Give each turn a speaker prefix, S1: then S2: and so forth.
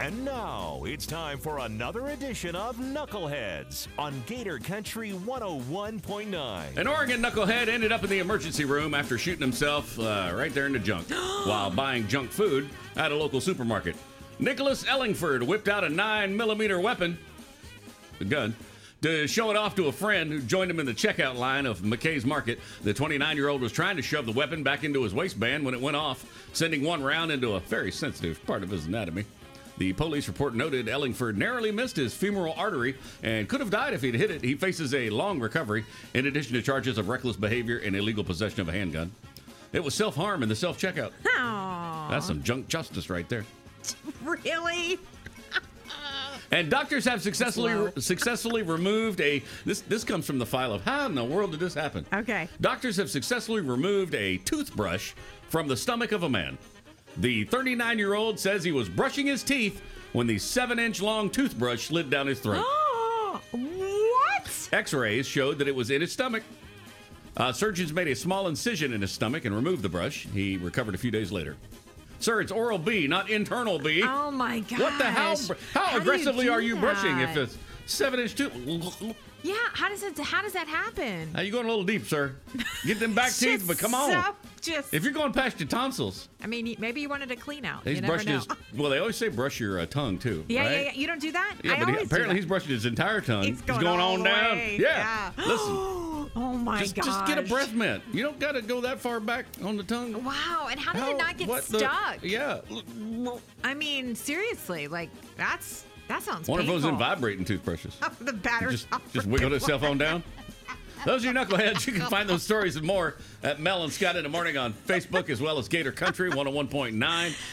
S1: And now it's time for another edition of Knuckleheads on Gator Country 101.9.
S2: An Oregon knucklehead ended up in the emergency room after shooting himself uh, right there in the junk while buying junk food at a local supermarket. Nicholas Ellingford whipped out a 9mm weapon, a gun, to show it off to a friend who joined him in the checkout line of McKay's Market. The 29 year old was trying to shove the weapon back into his waistband when it went off, sending one round into a very sensitive part of his anatomy. The police report noted Ellingford narrowly missed his femoral artery and could have died if he'd hit it. He faces a long recovery, in addition to charges of reckless behavior and illegal possession of a handgun. It was self harm in the self checkout. That's some junk justice right there.
S3: Really?
S2: And doctors have successfully successfully removed a this this comes from the file of how in the world did this happen?
S3: Okay.
S2: Doctors have successfully removed a toothbrush from the stomach of a man. The 39-year-old says he was brushing his teeth when the 7-inch long toothbrush slid down his throat.
S3: Oh, what?
S2: X-rays showed that it was in his stomach. Uh, surgeons made a small incision in his stomach and removed the brush. He recovered a few days later. Sir, it's oral B, not internal B.
S3: Oh my gosh.
S2: What the hell? How,
S3: do you
S2: aggressively
S3: do
S2: are you brushing if
S3: that?
S2: it's seven inch tooth?
S3: Yeah, how does it how does that happen?
S2: Now you're going a little deep, sir. Get them back
S3: It's
S2: teeth,
S3: just
S2: but come on.
S3: so- just
S2: If you're going past your tonsils,
S3: I mean, he- maybe you wanted a clean out.
S2: he's
S3: you never
S2: brushing
S3: know.
S2: his. Well, they always say brush your uh, tongue too.
S3: Yeah, yeah,
S2: right?
S3: yeah. You don't do that?
S2: Yeah,
S3: I
S2: but he-
S3: always do
S2: apparently
S3: that.
S2: he's brushing his entire tongue.
S3: It's going, all
S2: on
S3: the
S2: down.
S3: way. yeah.
S2: Listen,
S3: oh my
S2: just,
S3: gosh.
S2: just get a breath mint. You don't got to go that far back on the tongue.
S3: Wow, and how did
S2: How-
S3: it not get
S2: what the-
S3: stuck?
S2: yeah.
S3: I mean, seriously, like that's that sounds
S2: One of
S3: painful.
S2: those in vibrating toothbrushes.
S3: the batter's
S2: just
S3: off
S2: just
S3: her
S2: wiggled
S3: door.
S2: his cell phone down. Those are your knuckleheads. You can find those oh stories and more at Mel and Scott in the Morning on Facebook as well as Gator Country 101.9.